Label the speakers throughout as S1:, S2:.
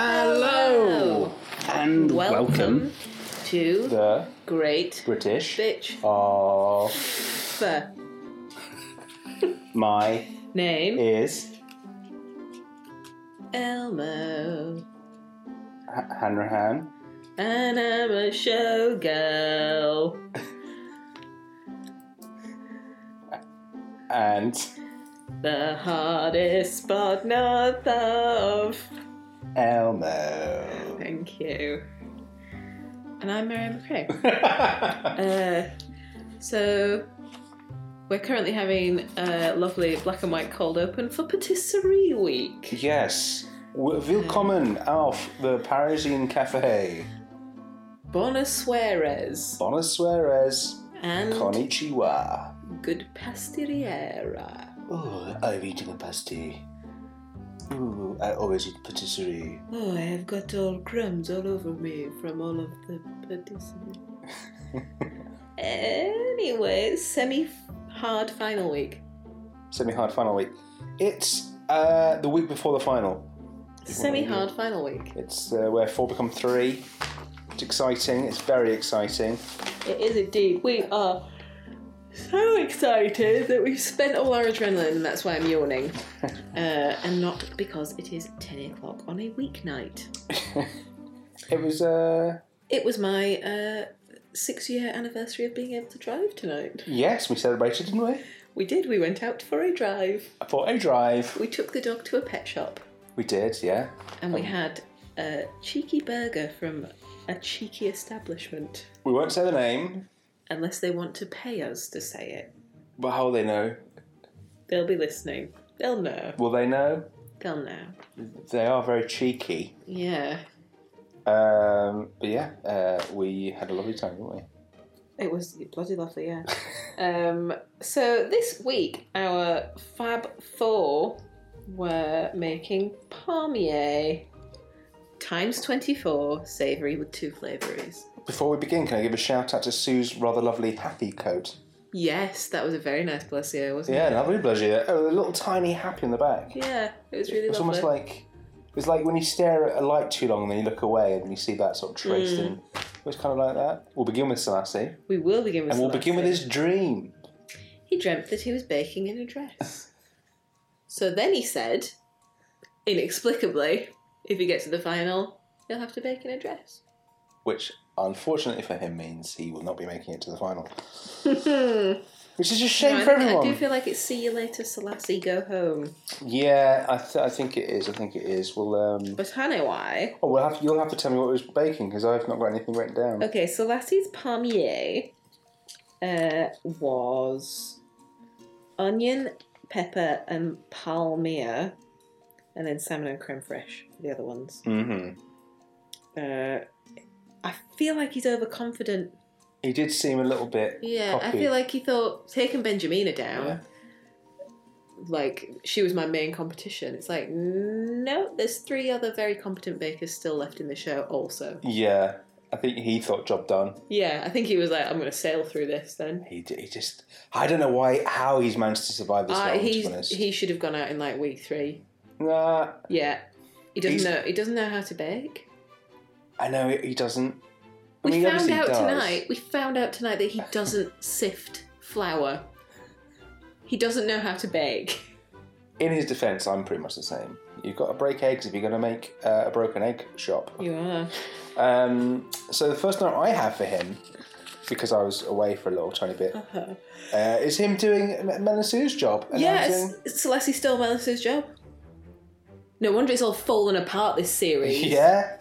S1: Hello and welcome,
S2: to
S1: the
S2: Great
S1: British
S2: Bitch
S1: of
S2: F.
S1: my
S2: Name
S1: ears.
S2: Elmo.
S1: H- Hanrahan.
S2: And I'm a showgirl.
S1: And
S2: The hardest but not of.
S1: Elmo.
S2: Thank you. And I'm Mary McCray.
S1: yeah,
S2: Uh, so we're currently having a lovely black and white cold open for patisserie week.
S1: yes. W- Willkommen auf the Parisian Cafe.
S2: Bonassueres
S1: Bonassueres.
S2: and
S1: Konnichiwa.
S2: good pastiriera.
S1: Oh, I'm eating a pasty. Ooh, I always eat patisserie.
S2: Oh, I have got all crumbs all over me from all of the patisserie. anyway, semi hard final week.
S1: Semi hard final week. It's uh, the week before the final.
S2: Semi hard final week.
S1: It's uh, where four become three. It's exciting. It's very exciting.
S2: It is indeed. We are so excited that we've spent all our adrenaline, and that's why I'm yawning. Uh, and not because it is 10 o'clock on a weeknight.
S1: It was. Uh,
S2: It was my uh, six year anniversary of being able to drive tonight.
S1: yes, we celebrated, didn't we?
S2: We did, we went out for a drive.
S1: For a drive.
S2: We took the dog to a pet shop
S1: We did. Yeah.
S2: and we had a cheeky burger from a cheeky establishment.
S1: We won't say the name,
S2: Unless they want to pay us to say it,
S1: but how will they know?
S2: they'll be listening. They'll know.
S1: Will they know?
S2: They'll know.
S1: They are very cheeky.
S2: Yeah.
S1: Um, but yeah, uh, we had a lovely time, didn't we?
S2: It was bloody lovely, yeah. um, so this week, our Fab Four were making palmier times 24 savoury with two flavourings.
S1: Before we begin, can I give a shout out to Sue's rather lovely happy coat?
S2: Yes, that was a very nice glacier, wasn't
S1: Yeah,
S2: it?
S1: lovely blusher. Oh, a little tiny happy in the back.
S2: Yeah, it was really
S1: It was
S2: lovely.
S1: almost like it was like when you stare at a light too long and then you look away and you see that sort of traced
S2: Mm.
S1: in. It was kind of like that. We'll begin with Selassie.
S2: we will begin with
S1: And we'll
S2: Selassie.
S1: begin with his dream.
S2: He dreamt that he was baking in a dress. so then he said, inexplicably, if you get to the final, you'll have to bake in a dress.
S1: Which unfortunately for him means he will not be making it to the final. Which is a
S2: No,
S1: shame
S2: I
S1: for
S2: think-
S1: everyone.
S2: I do feel like it's see you later, Selassie, go home.
S1: Yeah, I, th- I think it is. I think it is. Well, um,
S2: But anyway,
S1: oh, we'll have you'll have to tell me what it was baking because I've not got anything written down.
S2: okay, Selassie's palmier uh, was onion, pepper, and palmia, and then salmon and creme fraiche, for the other ones.
S1: Mm-hmm.
S2: Uh, I feel like he's overconfident.
S1: He did seem a little bit.
S2: Yeah, I
S1: cocky.
S2: feel like he thought taking Benjamina down.
S1: Yeah.
S2: Like she was my main competition. It's like no, there's three other very competent bakers still left in the show. Also,
S1: Yeah, I think he thought job done.
S2: Yeah, I think he was like, I'm going to sail through this then.
S1: He, d- he just I don't know why how he's managed to survive this
S2: Uh,
S1: long. To be
S2: he's,
S1: honest,
S2: he should have gone out in like week three.
S1: nah,
S2: Yeah, he doesn't
S1: He's-
S2: know. He doesn't know how to bake.
S1: I know he doesn't. I
S2: We
S1: mean, he
S2: found
S1: obviously
S2: out
S1: does.
S2: tonight. We found out tonight that he doesn't sift flour. He doesn't know how to bake.
S1: In his defence, I'm pretty much the same. You've got to break eggs if you're going to make uh, a broken egg shop.
S2: You are.
S1: Um, so the first note I have for him, because I was away for a little tiny bit,
S2: Uh-huh.
S1: uh, is him doing M- Mel and Sue's job.
S2: Yes,
S1: announcing-
S2: Celeste stole Melissa's job. No wonder it's all fallen apart. This series.
S1: Yeah.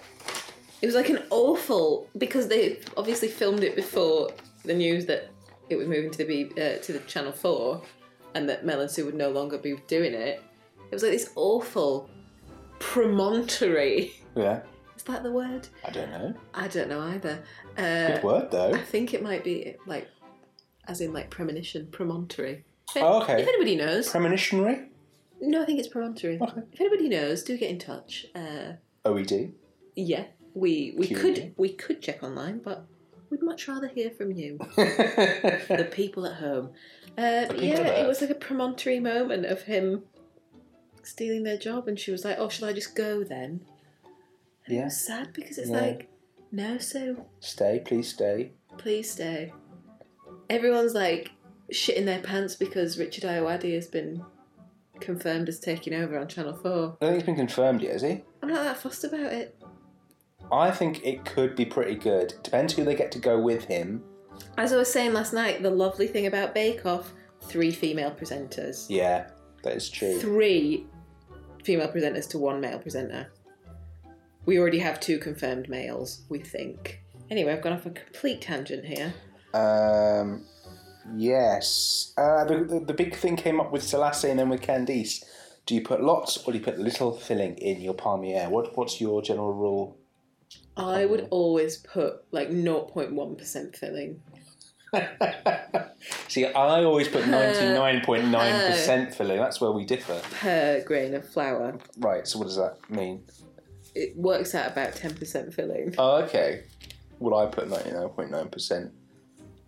S2: It was like an awful because they obviously filmed it before the news that it was moving to the B, uh, to the Channel Four, and that Mel and Sue would no longer be doing it. It was like this awful promontory.
S1: Yeah.
S2: Is that the word?
S1: I don't know.
S2: I don't know either. Uh,
S1: Good word though.
S2: I think it might be like, as in like premonition, promontory. If-
S1: Oh, okay.
S2: If anybody knows,
S1: Premonitionary.
S2: no, I think it's promontory.
S1: Okay.
S2: If anybody knows, do get in touch. Uh,
S1: OED.
S2: Yeah, we we
S1: Q&A.
S2: could we could check online, but we'd much rather hear from you, the people at home. Uh, but
S1: people
S2: yeah,
S1: at
S2: it
S1: home.
S2: was like a promontory moment of him stealing their job, and she was like, "Oh, shall I just go then?" And it
S1: Yeah.
S2: was sad because it's
S1: Yeah.
S2: like, no, so
S1: Stay, please stay.
S2: please stay. Everyone's like shitting their pants because Richard Iowadi has been confirmed as taking over on Channel 4.
S1: I don't think it's been confirmed yet, has he?
S2: I'm not that fussed about it.
S1: I think it could be pretty good. Depends who they get to go with him.
S2: As I was saying last night, the lovely thing about Bake Off three female presenters.
S1: Yeah, that is true.
S2: Three female presenters to one male presenter. We already have two confirmed males, we think. Anyway, I've gone off a complete tangent here.
S1: Um, yes. Uh, the, the, the big thing came up with Selassie and then with Candice. Do you put lots or do you put little filling in your palmier? What What's your general rule?
S2: I would always put like 0.1% filling.
S1: See, I always put 99.9% filling. That's where we differ.
S2: per grain of flour.
S1: Right, so what does that mean?
S2: It works out about 10% filling.
S1: Oh, okay. Well, I put 99.9%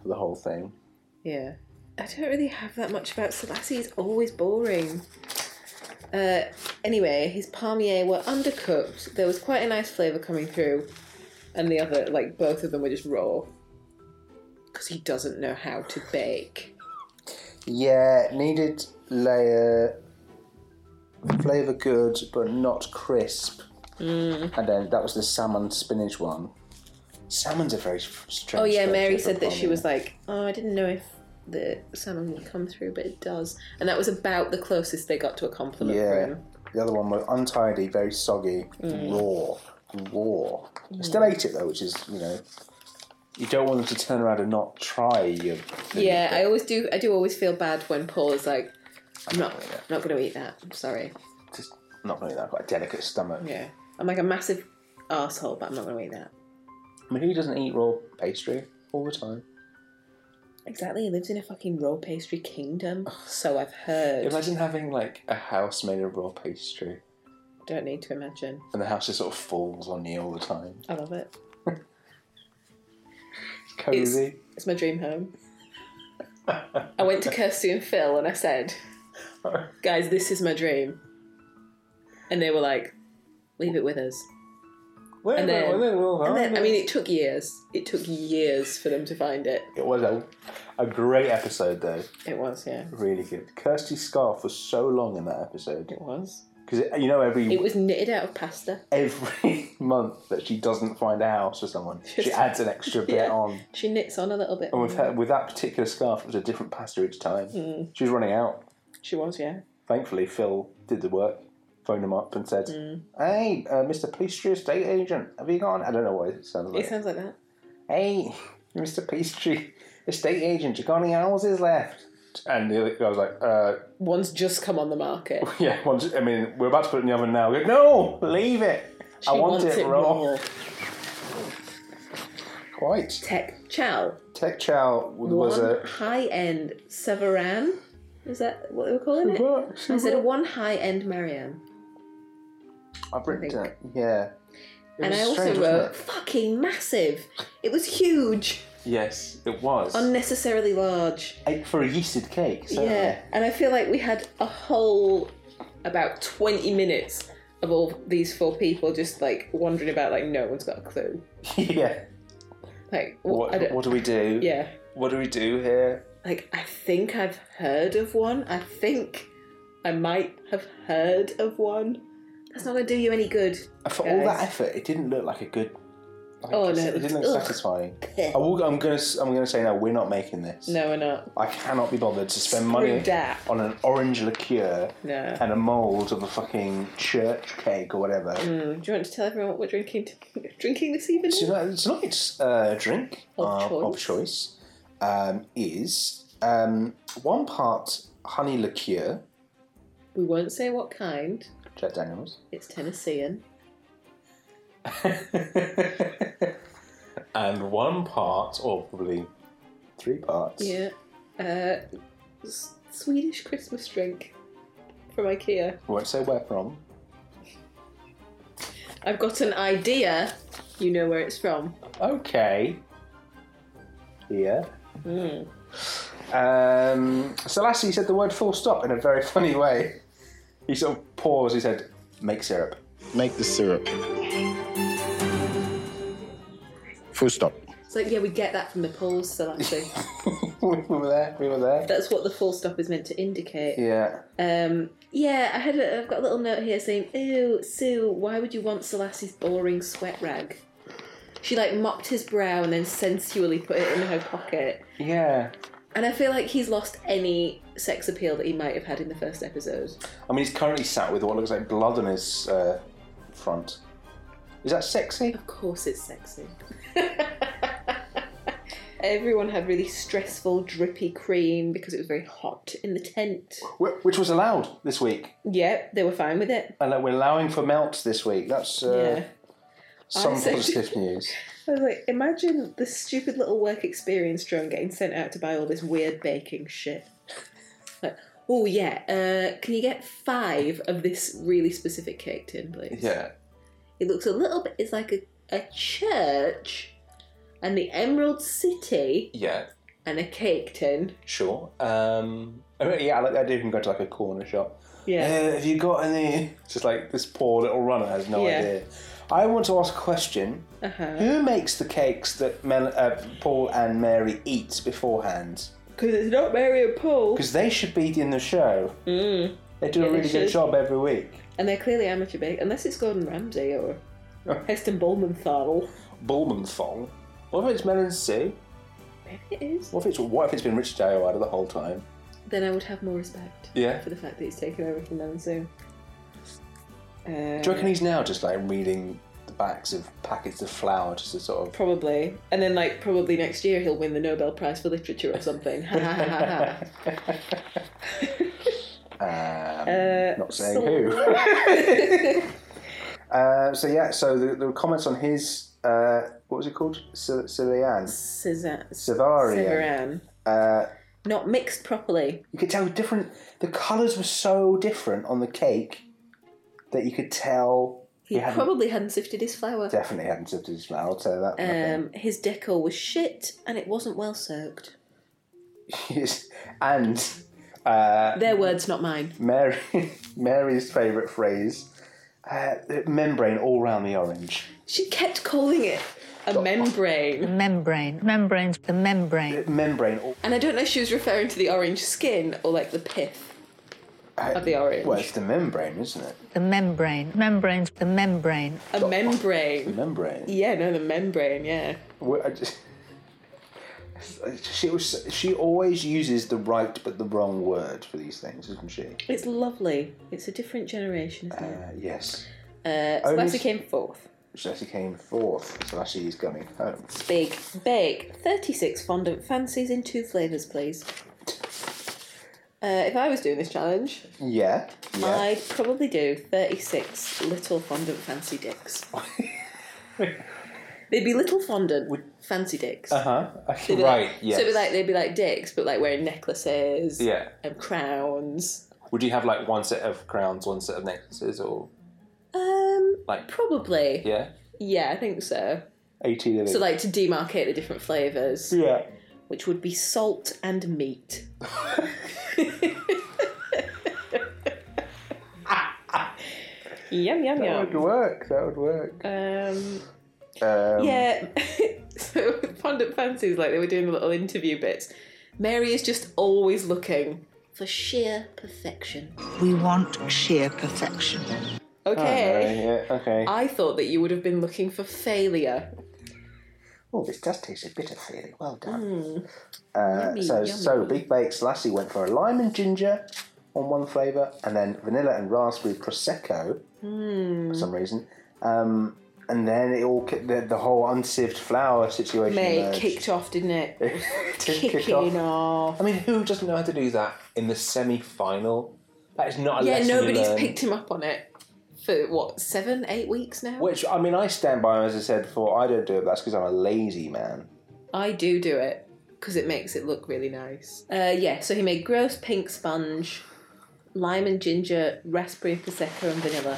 S1: for the whole thing.
S2: Yeah. I don't really have that much about Selassie. He's always boring. Uh, anyway, his palmier were undercooked. There was quite a nice flavour coming through. And the other, like, both of them were just raw. Because he doesn't know how to bake.
S1: Yeah, needed layer, flavour good, but not crisp.
S2: Mm.
S1: And then that was the salmon spinach one. Salmon's a very f- strange.
S2: Oh, yeah,
S1: structure
S2: Mary
S1: for
S2: said that she
S1: ramen.
S2: was like, oh, I didn't know if the salmon would come through, but it does. And that was about the closest they got to a compliment
S1: Yeah.
S2: from him.
S1: The other one was untidy, very soggy,
S2: Mm.
S1: raw, raw. I Still ate it though, which is you know, you don't want them to turn around and not try your. food,
S2: Yeah,
S1: but-
S2: I always do. I do always feel bad when Paul is like, "I'm not, I'm not going to eat that." I'm sorry.
S1: just not really that. I've got a delicate stomach.
S2: Yeah, I'm like a massive asshole, but I'm not going to eat that.
S1: I mean, who doesn't eat raw pastry all the time?
S2: Exactly. He lives in a fucking raw pastry kingdom, so I've heard.
S1: Imagine having like a house made of raw pastry,
S2: Don't need to imagine.
S1: and the house just sort of falls on you all the time.
S2: I love it.
S1: Cozy.
S2: It's my dream home. I went to Kirsty and Phil and I said, "Guys, this is my dream," and they were like, "Leave it with us."
S1: Well,
S2: and then-
S1: well, well, well,
S2: And then, I
S1: well.
S2: mean, it took years. It took years for them to find it.
S1: it was a, a great episode though.
S2: It was, yeah,
S1: Really good. Kirsty's scarf was so long in that episode
S2: it was.
S1: because you know every
S2: It was knitted out of pasta.
S1: every month that she doesn't find a house for someone, she
S2: Just-
S1: adds an extra bit
S2: Yeah.
S1: on.
S2: She knits on a little bit.
S1: And with, her, with that particular scarf, it was a different pasta each time.
S2: Mm.
S1: She was running out.
S2: She was, yeah.
S1: Thankfully, Phil did the work, phoned him up and said,
S2: Hmm.
S1: Hey, uh, Mr. Peastry Estate Agent, have you gone? I don't know what it sounds like.
S2: It sounds like that.
S1: hey, Mr. Peastry Estate Agent, you got any houses left? And the other guy was like, uh,
S2: One's just come on the market.
S1: Yeah, well, I mean, we're about to put it in the oven now. Go, no, leave it. I
S2: She
S1: want
S2: wants
S1: it, raw. Quite.
S2: Tech Chow.
S1: Tech Chow was
S2: one
S1: a.
S2: high end Savaran. Is that what they were calling it? I said one high end Mariam.
S1: I've written
S2: think.
S1: it. Yeah. It
S2: And
S1: was
S2: I also
S1: strange, wasn't
S2: wrote
S1: it?
S2: fucking massive. It was huge.
S1: Yes, it was.
S2: Unnecessarily large.
S1: Eight for a yeasted cake. Certainly.
S2: Yeah. And I feel like we had a whole about twenty minutes of all these four people just like wandering about like no one's got a clue.
S1: yeah.
S2: Like what, I
S1: What,
S2: don't,
S1: what do we do?
S2: yeah.
S1: What do we do here?
S2: Like I think I've heard of one. I think I might have heard of one. That's not gonna do you any good.
S1: For all that
S2: Guys.
S1: effort, it didn't look like a good. like,
S2: Oh, no,
S1: It
S2: it
S1: didn't
S2: was-
S1: look
S2: ugh.
S1: satisfying. I will, I'm gonna. s- I'm gonna say no. We're not making this.
S2: No, we're not.
S1: I cannot be bothered to spend
S2: Screw
S1: money
S2: that.
S1: on an orange liqueur
S2: No.
S1: and a mould of a fucking church cake or whatever.
S2: Mm, do you want to tell everyone what we're drinking drinking this evening?
S1: So that- tonight's uh, drink
S2: Of
S1: uh, of
S2: choice.
S1: choice um, is um, one part honey liqueur,
S2: We won't say what kind.
S1: Jack Daniels,
S2: It's Tennessean.
S1: and one part, or probably three parts,
S2: Yeah. Uh, s- Swedish Christmas drink from IKEA.
S1: I won't say where from,
S2: I've got an idea. You know where it's from.
S1: Okay. Yeah. Um, Selassie said the word full stop in a very funny way. He sort of paused. He said, make syrup.
S3: Make the syrup. Full stop.
S2: It's like, yeah, we get that from the polls, so actually,
S1: we were there. We were there.
S2: that's what the full stop is meant to indicate.
S1: Yeah.
S2: Um, yeah, I had a, I've got a little note here saying, "Ooh, Sue, why would you want Selassie's boring sweat rag?" She like mopped his brow and then sensually put it in her pocket.
S1: Yeah.
S2: And I feel like he's lost any sex appeal that he might have had in the first episode.
S1: I mean, he's currently sat with what looks like blood on his uh, front. Is that sexy?
S2: Of course, it's sexy. Everyone had really stressful, drippy cream because it was very hot in the tent.
S1: Wh- Which was allowed this week,
S2: Yep, they were fine with it.
S1: and like, we're allowing for melts this week. That's uh,
S2: yeah.
S1: some
S2: I said-
S1: positive news.
S2: I was like, imagine the stupid little work experience drone getting sent out to buy all this weird baking shit. Like, oh yeah, uh, can you get five of this really specific cake tin, please?
S1: Yeah.
S2: It looks a little bit. It's like a, a church, and the Emerald City,
S1: Yeah.
S2: and a cake tin.
S1: Sure. Um, I mean, yeah, I like the idea of him going to like a corner shop.
S2: Yeah.
S1: Uh, have you got any? It's Just like this poor little runner has no
S2: Yeah.
S1: idea. I want to ask a question.
S2: Uh huh.
S1: Who makes the cakes that Mel- uh, Paul and Mary eat beforehand?
S2: Because it's not Mary and Paul,
S1: Because they should be in the show.
S2: mm.
S1: They do
S2: Yeah,
S1: a
S2: they
S1: really good
S2: should.
S1: job every week.
S2: and they're clearly amateur bake, unless it's Gordon Ramsay or Heston Bowmanthal.
S1: Bullmanthal. What if it's Mel and Sue?
S2: Maybe it is.
S1: What if it's what if it's been Richard Ayoade the whole time?
S2: Then I would have more respect.
S1: Yeah.
S2: for the fact that he's taken over from them soon. Uh,
S1: Do you reckon he's now just like reading the backs of packets of flour just to sort of?
S2: Probably, and then like probably next year he'll win the Nobel Prize for Literature or something. Ha, ha, ha, ha,
S1: Um,
S2: ha.
S1: not saying who. Uh, so yeah, so the, there were comments on his uh, what was it called? Sil- Silian.
S2: Cezanne.
S1: Savarian.
S2: Severan.
S1: Uh,
S2: Not mixed properly.
S1: you could tell different. The colours were so different on the cake that you could tell
S2: He,
S1: hadn't-
S2: probably hadn't sifted his flour.
S1: definitely hadn't sipped his flour. I'll tell you that. for nothing.
S2: Um, his decor was shit, and it wasn't well soaked.
S1: Yes. and uh,
S2: Their words, not mine.
S1: Mary, Mary's favourite phrase: uh, membrane all round the orange.
S2: She kept calling it a membrane,
S4: Membrane. Membranes. The membrane.
S1: Membrane all.
S2: and I don't know if she was referring to the orange skin or like the pith of the orange.
S1: uh, Well, it's the membrane, isn't it?
S4: The membrane. Membranes. The membrane.
S2: a membrane.
S1: The membrane.
S2: Yeah, no, the membrane. Yeah,
S1: Well, I just- She was. She always uses the right but the wrong word for these things, doesn't she?
S2: it's lovely. It's a different generation, isn't it?
S1: Uh, yes.
S2: Uh, so
S1: only
S2: Lassie
S1: s-
S2: came fourth.
S1: So she came fourth. So actually, he's coming home.
S2: Big, big, thirty-six fondant fancies in two flavors, please. Uh, if I was doing this challenge,
S1: Yeah. Yeah.
S2: I'd probably do thirty-six little fondant fancy dicks. They'd be little fondant fancy dicks.
S1: Uh huh.
S2: They'd be
S1: Right.
S2: Like,
S1: yes.
S2: So it'd be like they'd be like dicks, but like wearing necklaces
S1: yeah.
S2: and crowns.
S1: Would you have like one set of crowns, one set of necklaces, or
S2: Um,
S1: like
S2: probably.
S1: yeah,
S2: yeah I think so.
S1: eighteen of
S2: So, like, to demarcate the different flavours,
S1: yeah.
S2: which would be salt and meat. yum, yum,
S1: That would
S2: yum.
S1: work. That would work.
S2: Um,
S1: Um,
S2: yeah. so, Fondant Fancies, like, they were doing the little interview bits. Mary is just always looking for sheer perfection.
S5: We want sheer perfection.
S2: Okay.
S1: Okay. Yeah, okay.
S2: I thought that you would have been looking for failure.
S1: Oh, this does taste a bit of fairly well done. Uh,
S2: Mm, Yummy,
S1: so,
S2: yummy.
S1: so Big Bakes Lassie went for a lime and ginger on one flavour, and then vanilla and raspberry prosecco
S2: Hmm.
S1: for some reason. Um, and then it all ki- the, the whole unsived flour situation.
S2: May
S1: emerged.
S2: kicked off, didn't it?
S1: Did kick
S2: Kicking
S1: off.
S2: off.
S6: I mean, who doesn't know how to do that in the semi-final? That is not a
S2: Yeah,
S6: lesson you
S2: nobody's
S6: learn.
S2: picked him up on it for what seven, eight weeks now.
S1: Which I mean, I stand by him as I said before. I don't do it. That's because I'm a lazy man.
S2: I do do it because it makes it look really nice. Uh, yeah, so he made gross pink sponge, lime and ginger, raspberry prosecco, and vanilla.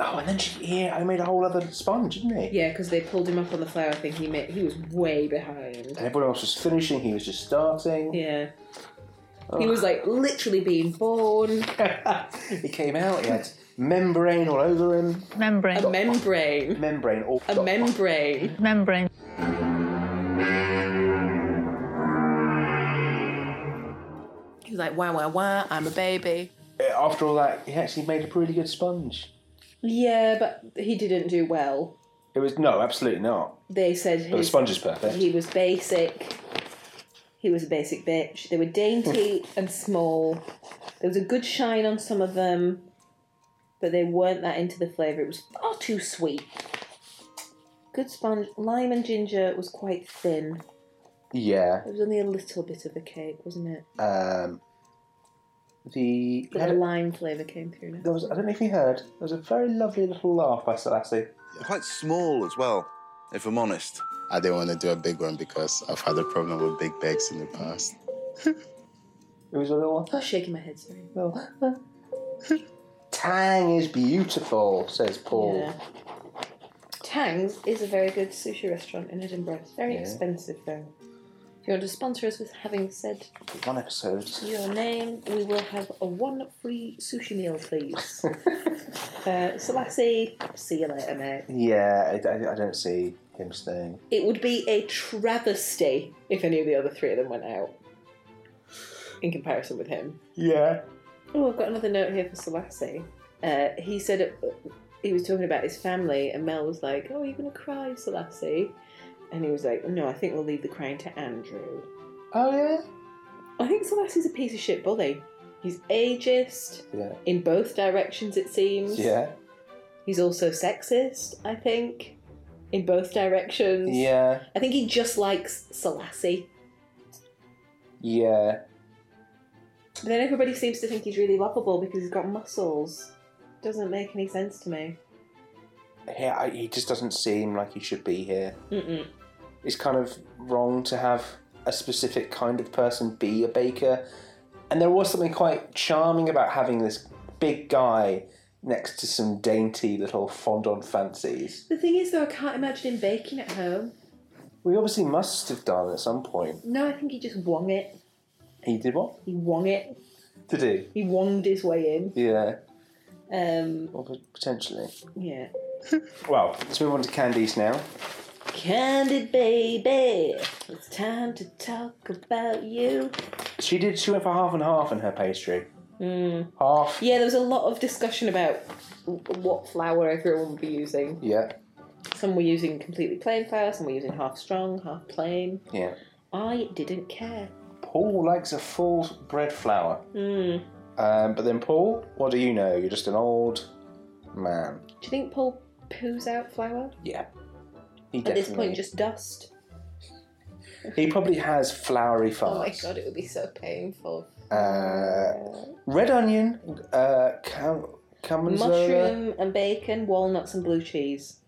S1: Oh, and then she, yeah, I made a whole other sponge, didn't he?
S2: Yeah, because they pulled him up on the flower thing. He made, he was way behind.
S1: And everyone else was finishing. He was just starting.
S2: Yeah. He was like literally being born.
S1: He came out. He had membrane all over him.
S4: Membrane.
S2: A membrane.
S1: Membrane all.
S2: A membrane.
S4: Membrane.
S2: He's like, wah, wah, wah, I'm a baby.
S1: After all that, he actually made a pretty good sponge.
S2: Yeah, but he didn't do well.
S1: It was no, absolutely not.
S2: They said
S1: But the
S2: his,
S1: sponge is perfect.
S2: he was basic. He was a basic bitch. They were dainty and small. There was a good shine on some of them, but they weren't that into the flavour. It was far too sweet. Good sponge. Lime and ginger was quite thin.
S1: Yeah.
S2: It was only a little bit of a cake, wasn't it?
S1: Um, the
S2: But the lime flavour came through now.
S1: there was I don't know if you heard. There was a very lovely little laugh by Selassie.
S3: Quite small as well, if I'm honest.
S7: I didn't want to do a big one because I've had a problem with big bags in the past.
S1: It was a little,
S2: I'm shaking my head, sorry.
S1: little tang is beautiful, says Paul.
S2: Yeah. Tang's is a very good sushi restaurant in Edinburgh. It's very
S1: Yeah.
S2: expensive though. If you want to sponsor us with having said
S1: One episode.
S2: your name, we will have a one free sushi meal, please. uh, Selassie, see you later, mate.
S1: Yeah, I, I- I don't see him staying.
S2: It would be a travesty if any of the other three of them went out in comparison with him.
S1: Yeah.
S2: Oh, I've got another note here for Selassie. Uh, he said uh, he was talking about his family, and Mel was like, "Oh, you're gonna cry, Selassie," and he was like, "No, I think we'll leave the crying to Andrew."
S1: Oh yeah.
S2: I think Selassie's a piece of shit bully. He's ageist
S1: Yeah.
S2: in both directions, it seems.
S1: Yeah.
S2: He's also sexist. I think in both directions.
S1: Yeah.
S2: I think he just likes Selassie.
S1: Yeah.
S2: But then everybody seems to think he's really lovable because he's got muscles. Doesn't make any sense to me.
S1: Yeah. I, he just doesn't seem like he should be here.
S2: Mm-mm.
S1: It's kind of wrong to have a specific kind of person be a baker, and there was something quite charming about having this big guy next to some dainty little fondant fancies.
S2: The thing is, though, I can't imagine him baking at home.
S1: We obviously must have done at some point.
S2: No, I think he just wong it.
S1: He did what
S2: He wong it.
S1: to do?
S2: He wonged his way in.
S1: Yeah.
S2: Um,
S1: Or potentially.
S2: yeah.
S1: Well, let's move on to candies now.
S2: Candid baby, it's time to talk about you.
S1: She did. She went for half and half in her pastry.
S2: Mm.
S1: Half.
S2: Yeah, there was a lot of discussion about w- what flour everyone would be using.
S1: Yeah.
S2: Some were using completely plain flour, some were using half strong, half plain.
S1: Yeah.
S2: I didn't care.
S1: Paul likes a full bread flour.
S2: Mm.
S1: Um, but then Paul, what do you know? You're just an old man.
S2: Do you think Paul poos out flour?
S1: Yeah. He
S2: At
S1: definitely.
S2: this point, just dust.
S1: He probably has floury farts.
S2: Oh my god, it would be so painful.
S1: Uh, red onion, uh, cam- camonzola,
S2: Mushroom and bacon, walnuts and blue cheese.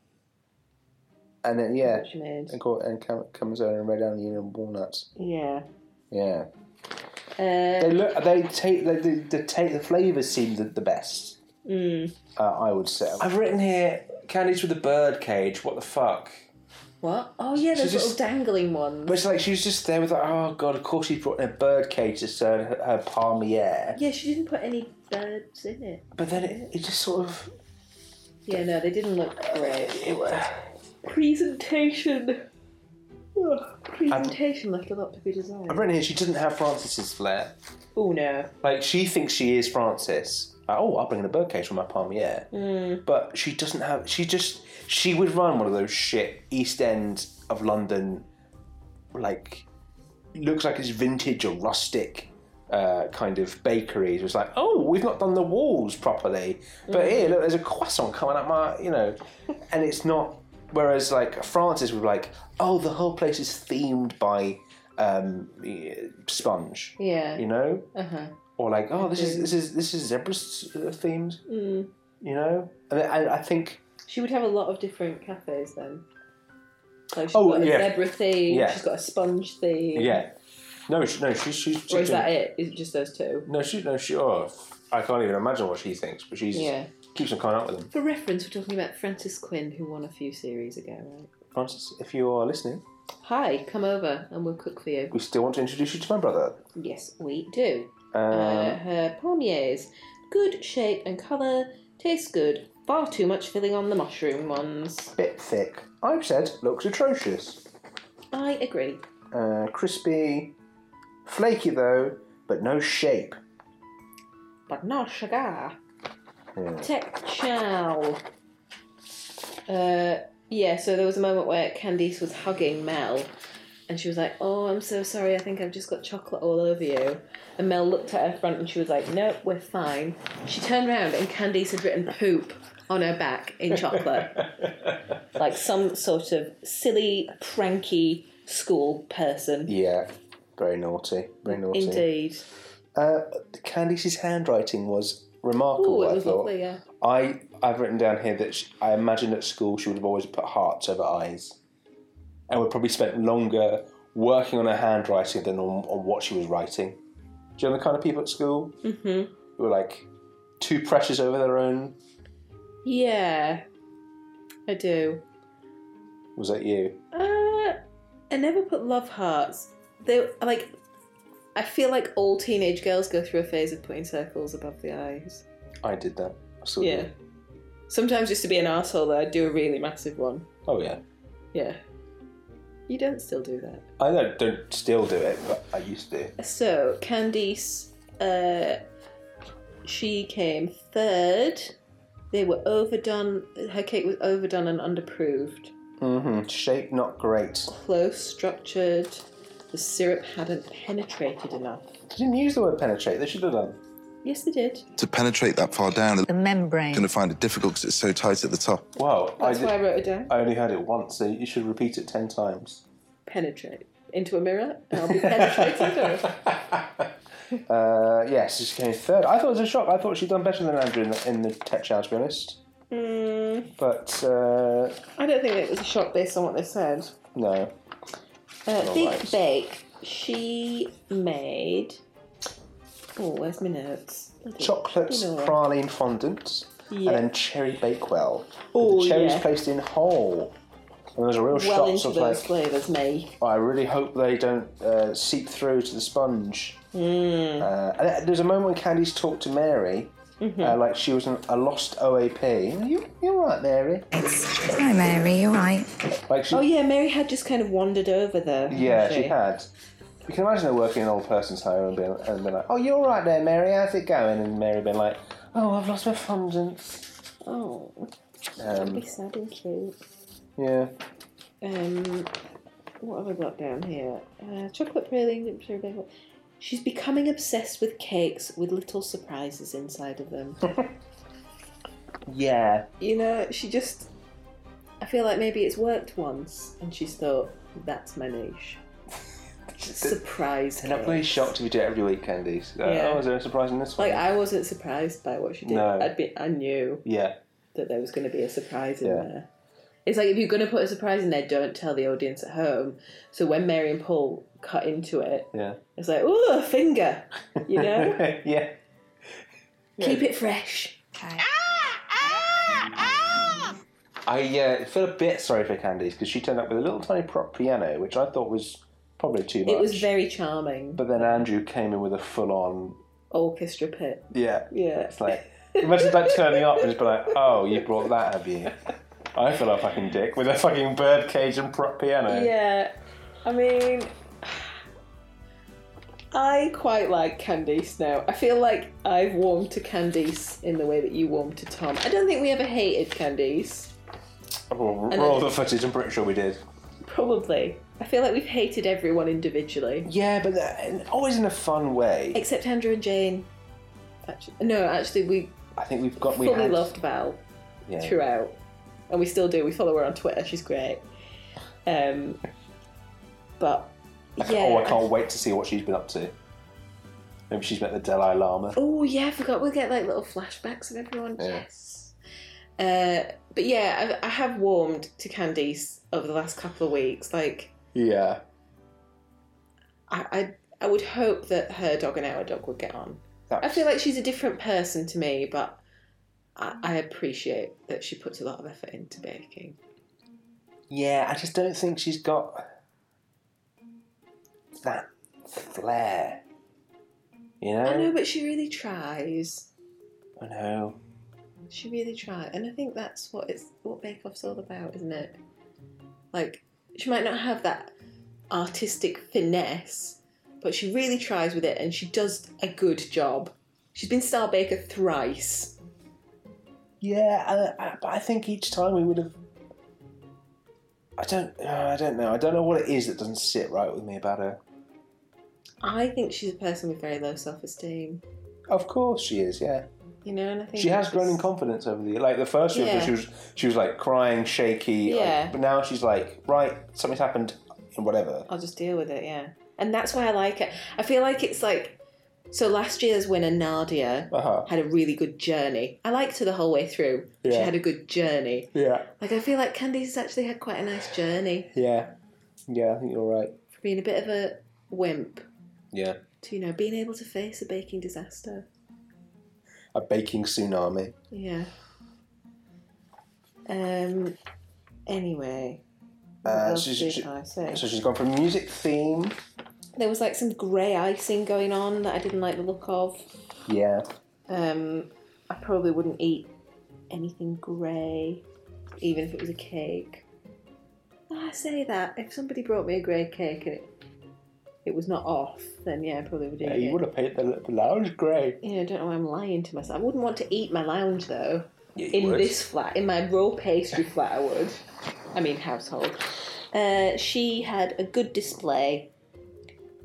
S1: and then yeah,
S2: Which you made.
S1: and, cor- and cam- camonzola and red onion and walnuts.
S2: Yeah.
S1: Yeah. They
S2: Uh,
S1: look. They take. They, they, they take. The flavors seem the, the best.
S2: mm.
S1: Uh, I would say. I've written here candies with a bird cage. What the fuck?
S2: What? Oh yeah,
S1: So
S2: those
S1: just-
S2: little dangling ones.
S1: But it's like she was just there with like, oh god, of course she's brought in a bird cage to serve her, her palmier.
S2: Yeah, she didn't put any birds in it.
S1: But then it, it just sort of.
S2: Yeah, no, they didn't look great.
S1: It, wa-
S2: Presentation. Ugh, presentation left a lot to be
S1: I've
S2: desired.
S1: written here she doesn't have Francis's flair.
S2: Oh no.
S1: Like she thinks she is Francis. Like, oh, I'll bring in a bird cage with my palmier. But she doesn't have. She just. She would run one of those shit East End of London, like looks like it's vintage or rustic uh, kind of bakeries. It's like, oh, we've not done the walls properly, but here, look, there's a croissant coming up my, you know, and it's not. Whereas like Francis would be like, oh, the whole place is themed by um, eh, sponge,
S2: Yeah.
S1: you know,
S2: Uh huh.
S1: or like, oh, this is this is this is zebra s- uh, themed,
S2: Mm.
S1: you know. And I, I think
S2: She would have a lot of different cafes then. Like she's
S1: Oh,
S2: got a
S1: yeah.
S2: zebra theme.
S1: Yeah.
S2: She's got a sponge theme.
S1: yeah, no, she, no, she, she, she
S2: Or is that it? Is it just those two?
S1: No, she, no, she. Oh, I can't even imagine what she thinks, but she's
S2: Yeah.
S1: keeps on coming up with them.
S2: For reference, we're talking about Frances Quinn, who won a few series ago, right?
S1: Francis, if you are listening,
S2: Hi, come over and we'll cook for you.
S1: we still want to introduce you to my brother.
S2: Yes, we do.
S1: Um,
S2: uh, her palmiers, good shape and colour, tastes good. Far too much filling on the mushroom ones.
S1: bit thick. I've said looks atrocious.
S2: I agree.
S1: Uh, crispy, flaky though, but no shape.
S2: But no sugar.
S1: Hmm.
S2: Textual. Uh, yeah, so there was a moment where Candice was hugging Mel and she was like, Oh, I'm so sorry, I think I've just got chocolate all over you. And Mel looked at her front and she was like, Nope, we're fine. She turned around and Candice had written poop on her back in chocolate. like some sort of silly, pranky school person.
S1: Yeah, very naughty. Very naughty.
S2: Indeed.
S1: Uh, Candice's handwriting was remarkable.
S2: Oh, it
S1: I
S2: was
S1: thought.
S2: lovely, yeah.
S6: I I've written down here that she, I imagine at school she would have always put hearts over eyes, and would probably spent longer working on her handwriting than on, on what she was writing. Do you know the kind of people at school mm-hmm. who were like too precious over their own?
S2: Yeah, I do.
S6: Was that you?
S2: Uh, I never put love hearts. They like, I feel like all teenage girls go through a phase of putting circles above the eyes.
S6: I did that. I still
S2: Yeah.
S6: Do.
S2: Sometimes just to be an asshole, though, I do a really massive one.
S6: Oh yeah.
S2: Yeah. You don't still do that.
S6: I don't, don't still do it, but I used to.
S2: So Candice, uh, she came third. They were overdone. Her cake was overdone and underproved.
S6: Mm-hmm.
S1: hmm Shape not great.
S2: close structured. The syrup hadn't penetrated enough.
S1: They didn't use the word penetrate. They should have done.
S2: Yes, they did.
S3: To penetrate that far down, I'm
S4: the membrane,
S3: going to find it difficult because it's so tight at the top.
S6: Wow. I,
S2: That's
S6: did,
S2: why I wrote it down.
S6: I only heard it once, so you should repeat it ten times.
S2: Penetrate into a mirror. I'll be penetrated.
S1: Uh, yes, she came third. I thought it was a shock. I thought she'd done better than Andrew in the, in the tech challenge, to be honest.
S2: Mm.
S1: But uh,
S2: I don't think it was a shock based on what they said.
S1: no.
S2: Uh, Big
S1: right.
S2: Bake. She made. Oh, where's my notes?
S1: Chocolate
S2: You know what?
S1: praline fondant
S2: Yeah.
S1: and then cherry bakewell.
S2: Oh,
S1: with the cherries
S2: yeah.
S1: placed in whole. And there was a real
S2: Well
S1: shock.
S2: into
S1: So I was
S2: those
S1: like,
S2: flavours, me.
S1: I really hope they don't uh, seep through to the sponge.
S2: Mm.
S1: Uh, and th- there's a moment when Candice talked to Mary,
S2: Mm-hmm.
S1: uh, like she was an, a lost OAP. You, you're right, Mary.
S8: Hi, Mary. You right?
S1: Like she,
S2: Oh yeah, Mary had just kind of wandered over there. hadn't
S1: yeah, she had. You can imagine her working in an old person's home and being, and being like, "Oh, you're right there, Mary. How's it going?" And Mary being like, "Oh, I've lost my fondant."
S2: Oh, that'd
S1: Um,
S2: be sad and cute.
S1: yeah,
S2: Um, what have I got down here? Uh, chocolate praline. sorry, bagel. She's becoming obsessed with cakes with little surprises inside of them.
S1: yeah.
S2: you know, she just. I feel like maybe it's worked once, and she's thought that's my niche. Surprise
S1: And I'm really
S2: cake.
S1: shocked if you do it every week, Candice. Uh,
S2: Yeah.
S1: Oh, is there a surprise in this one?
S2: Like I wasn't surprised by what she did.
S6: No.
S2: I'd be, I knew
S6: Yeah.
S2: that there was going to be a surprise in
S1: Yeah.
S2: there. It's like if you're going to put a surprise in there, don't tell the audience at home. So when Mary and Paul cut into it,
S6: Yeah.
S2: It's like, ooh, a finger. You know?
S6: yeah.
S2: Keep it fresh.
S6: I uh, feel a bit sorry for Candice because she turned up with a little tiny prop piano, which I thought was probably too much.
S2: It was very charming.
S6: But then Andrew came in with a full on.
S2: Orchestra pit.
S6: Yeah.
S2: Yeah.
S6: It's like, imagine like turning up and just be like, oh, you brought that, have you? I feel like a fucking dick with a fucking bird cage and prop piano.
S2: Yeah. I mean, I quite like Candice now. I feel like I've warmed to Candice in the way that you warmed to Tom. I don't think we ever hated Candice.
S6: We'll
S2: And
S6: Oh, roll
S2: then-
S6: the footage, I'm pretty sure we did.
S2: Probably. I feel like we've hated everyone individually.
S6: Yeah, but that- and always in a fun way.
S2: Except Andrew and Jane. Actually, no, actually, we
S6: I think we've got. We
S2: fully
S6: had,
S2: loved Val.
S6: Yeah.
S2: throughout, and we still do. We follow her on Twitter. She's great. Um, but yeah.
S6: Oh, I can't wait to see what she's been up to. Maybe she's met the Dalai Lama.
S2: Oh yeah, I forgot. We'll get like little flashbacks of everyone. Yes. Uh, but yeah, I, I have warmed to Candice over the last couple of weeks. Like
S6: Yeah.
S2: I, I, I would hope that her dog and our dog would get on. I feel like she's a different person to me, but. I I appreciate that she puts a lot of effort into baking.
S6: Yeah, I just don't think she's got that flair. You know?
S2: I know, but she really tries.
S6: I know.
S2: She really tried, and I think that's what it's what Bake Off's all about, isn't it? Like she might not have that artistic finesse, but she really tries with it and she does a good job. She's been Star Baker thrice.
S1: Yeah, I, I, but I think each time we would have. I don't. uh, I don't know. I don't know what it is that doesn't sit right with me about her.
S2: I think she's a person with very low self esteem.
S1: Of course she is. Yeah,
S2: You know, and I think
S1: she has
S2: that's-
S1: grown in confidence over the like the first year
S2: Yeah.
S1: she was she was like crying, shaky. like-
S2: Yeah.
S1: but now she's like, right, something's happened, and whatever.
S2: I'll just deal with it, yeah. And that's why I like it. I feel like it's like so last year's winner Nadia
S1: Uh huh.
S2: had a really good journey. I liked her the whole way through. She
S1: Yeah.
S2: had a good journey.
S1: Yeah.
S2: Like I feel like Candice has actually had quite a nice journey
S1: Yeah. Yeah. I think you're right.
S2: from being a bit of a wimp
S1: Yeah.
S2: to you know being able to face a baking disaster.
S1: A baking tsunami.
S2: Yeah. Um. Anyway. What
S1: Uh,
S2: else
S1: she's-
S2: did
S1: she-
S2: I say?
S1: So she's gone from music theme.
S2: There was like some grey icing going on that I didn't like the look of.
S1: Yeah.
S2: Um, I probably wouldn't eat anything grey, even if it was a cake. Oh, I say that if somebody brought me a grey cake and it it was not off, then yeah, I probably would eat
S1: Yeah, you
S2: it.
S1: would have painted the, the lounge grey.
S2: Yeah, I don't know why I'm lying to myself. I wouldn't want to eat my lounge though.
S1: Yeah, you
S2: in
S1: would.
S2: this flat, in my raw pastry flat, I would. I mean, household. Uh, she had a good display.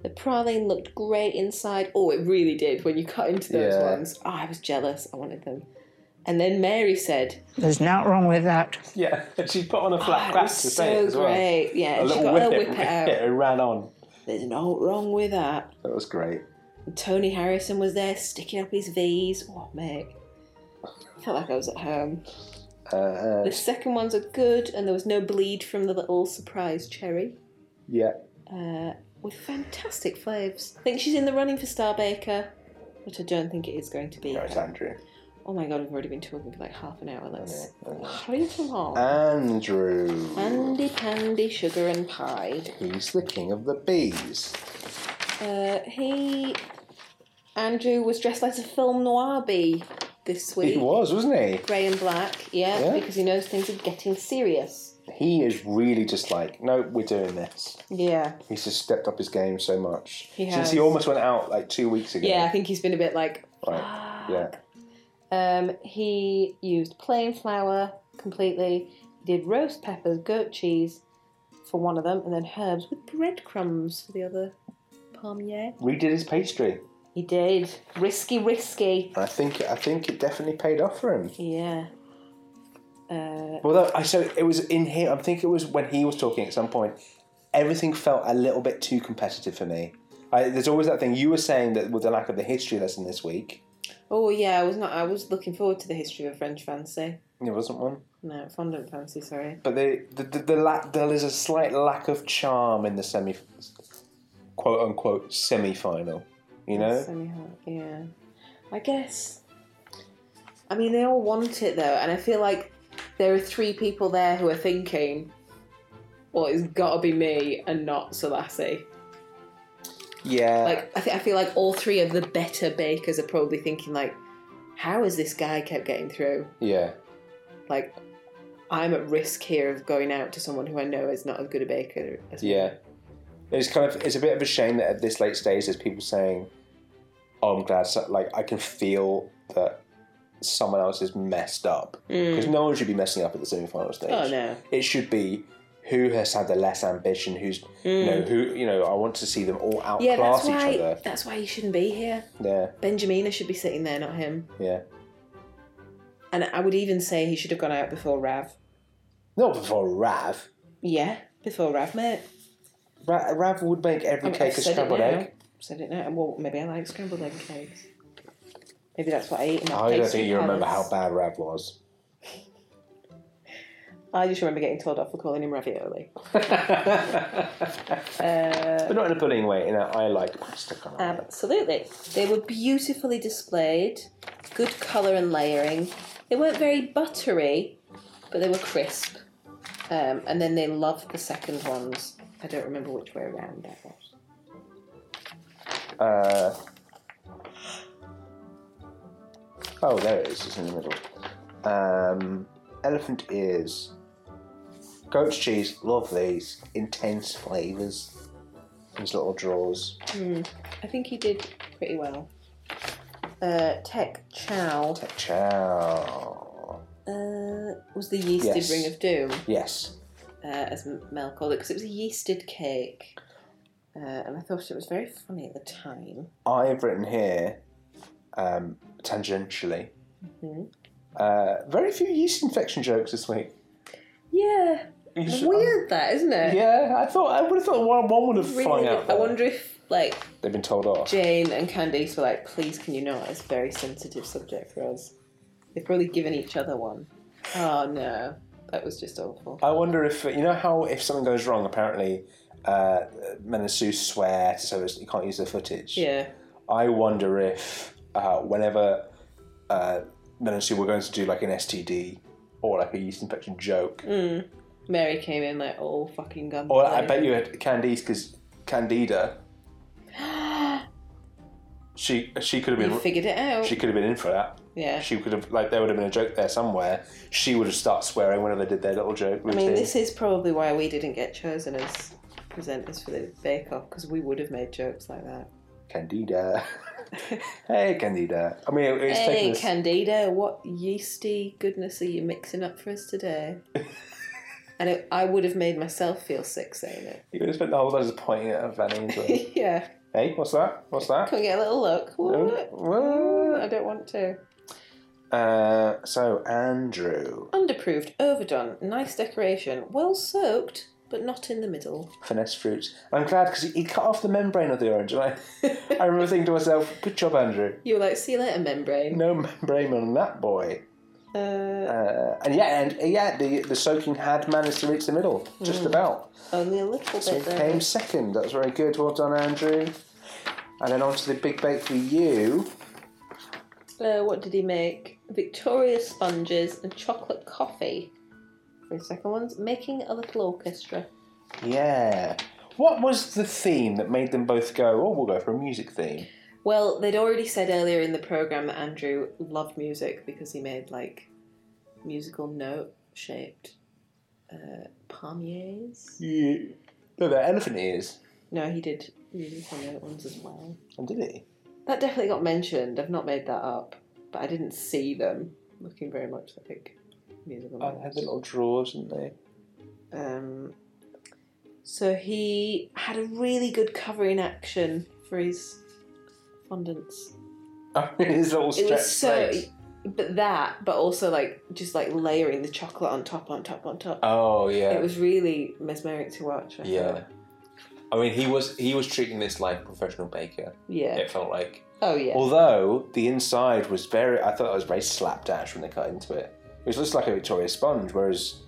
S2: The praline looked great inside. Oh, it really did when you cut into those
S1: Yeah.
S2: ones. Oh, I was jealous. I wanted them. And then Mary said,
S4: There's nothing wrong with that.
S1: Yeah, and she put on a
S2: oh,
S1: flat
S2: it
S1: cap to
S2: was
S1: say
S2: so
S1: it as well.
S2: great. Yeah,
S1: A
S2: and she
S1: little
S2: got her
S1: whippet,
S2: whip it out.
S1: and ran on.
S2: There's no wrong with that.
S1: That was great.
S2: And Tony Harrison was there sticking up his V's. What, mate? I felt like I was at home.
S1: Uh, uh,
S2: The second ones are good, and there was no bleed from the little surprise cherry.
S1: yeah,
S2: uh, with fantastic flavours. I think she's in the running for Star Baker, but I don't think it is going to be.
S1: no,
S2: her.
S1: it's Andrew.
S2: Oh my god, we've already been talking for like half an hour. Let's
S1: I know.
S2: hurry it along.
S1: Uh, Andrew.
S2: Andy Pandy Sugar and Pie.
S1: He's the king of the bees.
S2: Uh, he. Andrew was dressed like a film noir bee this week.
S1: He was, wasn't he?
S2: Grey and black, yeah,
S1: Yeah.
S2: because he knows things are getting serious.
S1: He is really just like, no, we're doing this.
S2: Yeah.
S1: He's just stepped up his game so much.
S2: He
S1: Since he
S2: has.
S1: almost went out like two weeks ago.
S2: Yeah, I think he's been a bit like,
S1: Right. Yeah.
S2: Um, he used plain flour completely. He did roast peppers, goat cheese for one of them, and then herbs with breadcrumbs for the other palmier.
S1: Redid his pastry.
S2: He did. Risky, risky.
S1: And I think I think it definitely paid off for him.
S2: Yeah. Uh,
S1: Well, that, I so it was in here. I think it was when he was talking at some point. Everything felt a little bit too competitive for me. I, there's always that thing you were saying that with the lack of the history lesson this week,
S2: oh yeah, I was not. I was looking forward to the history of French fancy.
S1: there wasn't one.
S2: No, fondant fancy. Sorry.
S1: But the the, the, the lack there is a slight lack of charm in the semi, quote unquote semi final. You know,
S2: Semi-hot, yeah. I guess. I mean, they all want it though, and I feel like there are three people there who are thinking, "Well, it's got to be me and not Selassie."
S1: yeah.
S2: Like, I think I feel like all three of the better bakers are probably thinking, like, "How has this guy kept getting through?"
S1: yeah.
S2: Like, I'm at risk here of going out to someone who I know is not as good a baker as me.
S1: Yeah, it's kind of it's a bit of a shame that at this late stage there's people saying, "Oh, I'm glad." So, like I can feel that someone else is messed up because no one should be messing up at the semi-final stage.
S2: Mm. Oh no.
S1: It should be who has had the less ambition, who's you know who you know. I want to see them all
S2: Mm. Yeah,
S1: outclass
S2: that's why.
S1: each other.
S2: That's why you shouldn't be here.
S1: Yeah,
S2: Benjamina should be sitting there, not him.
S1: yeah.
S2: And I would even say he should have gone out before Rav.
S1: Not before Rav.
S2: Yeah, before Rav, mate.
S1: Ra- Rav would make every
S2: I've- I've
S1: cake a
S2: said it
S1: scrambled
S2: now.
S1: egg.
S2: Said it now. Well, maybe I like scrambled egg cakes. Maybe that's what I eat. In my
S1: I don't
S2: pastry
S1: think you remember how
S2: palace.
S1: bad Rav was.
S2: I just remember getting told off for calling him ravioli.
S1: But not in a bullying way. In a I like pasta kind of way.
S2: Absolutely. They were beautifully displayed, good colour and layering. They weren't very buttery, but they were crisp. Um, and then they loved the second ones. I don't remember which way around that was.
S1: Uh, oh, there it is. It's in the middle. Um, elephant ears. Goat's cheese. Love these intense flavors. his little drawers.
S2: I think he did pretty well. Uh, Tech Chow
S1: Ciao.
S2: uh, was the yeasted
S1: Yes.
S2: ring of doom,
S1: Yes.
S2: uh, as Mel called it, because it was a yeasted cake, uh, and I thought it was very funny at the time.
S1: I've written here, um, tangentially,
S2: Mm-hmm.
S1: uh, very few yeast infection jokes this week.
S2: Yeah,
S1: You should-
S2: weird that, isn't it?
S1: Yeah, I thought I would have thought one, one would have
S2: Really,
S1: flung
S2: weird.
S1: out.
S2: I
S1: there.
S2: wonder if like
S1: they've been told off.
S2: Jane and Candice were like, please can you not? It's a very sensitive subject for us. They've probably given each other one. Oh no, that was just awful.
S1: I wonder if you know how if something goes wrong, apparently uh, men and Sue swear to so it's- you can't use the footage.
S2: Yeah.
S1: I wonder if uh, whenever uh, men and Sue were going to do like an STD or like a yeast infection joke,
S2: Mm. Mary came in like all fucking guns.
S1: or Oh, I bet you had Candice because Candida, she she could have
S2: You
S1: been
S2: figured it out.
S1: she could have been in for that.
S2: yeah.
S1: She could have like there would have been a joke there somewhere. She would have started swearing whenever they did their little joke.
S2: I
S1: Routine.
S2: mean, this is probably why we didn't get chosen as presenters for the Bake Off because we would have made jokes like that.
S1: Candida. hey, Candida. I mean, it- it's taken
S2: Hey,
S1: us-
S2: Candida, what yeasty goodness are you mixing up for us today? and it, I would have made myself feel sick saying it.
S1: you would have spent the whole time just pointing at Vanny. as well.
S2: yeah.
S1: hey, what's that? What's that?
S2: Can we get a little look? What? I
S1: What?
S2: don't want to.
S1: Uh, so Andrew,
S2: Underproved, overdone, nice decoration, well soaked, but not in the middle.
S1: finesse fruits. I'm glad because he cut off the membrane of the orange, and I, I remember thinking to myself, "Good job, Andrew.
S2: You were like, see you later, membrane.
S1: No membrane on that boy."
S2: Uh,
S1: Uh, and yeah, and yeah, the the soaking had managed to reach the middle, just
S2: Hmm.
S1: about.
S2: only a little
S1: So
S2: bit
S1: he
S2: there.
S1: came second. That was very good. Well done, Andrew. And then on to the big bake for you.
S2: Uh, what did he make? Victoria sponges and chocolate coffee. For his second one's making a little orchestra.
S1: Yeah. What was the theme that made them both go, oh, we'll go for a music theme?
S2: Well, they'd already said earlier in the program that Andrew loved music because he made like musical note shaped uh, palmiers.
S1: Yeah. No, they're elephant ears.
S2: No, he did musical note ones as well.
S1: And did he?
S2: That definitely got mentioned. I've not made that up, but I didn't see them looking very much like musical
S1: Oh, they had
S2: notes.
S1: the little drawers, didn't they?
S2: Um, so he had a really good covering action for his fondants.
S1: Oh, his little
S2: It
S1: stretch
S2: was so,
S1: legs.
S2: but that, but also like just like layering the chocolate on top, on top, on top.
S1: Oh, yeah.
S2: It was really mesmeric to watch. I
S1: yeah.
S2: thought.
S1: I mean, he was he was treating this like a professional baker.
S2: yeah.
S1: It felt like,
S2: Oh yeah.
S1: although the inside was very, I thought it was very slapdash when they cut into it. It was just like a Victoria sponge, whereas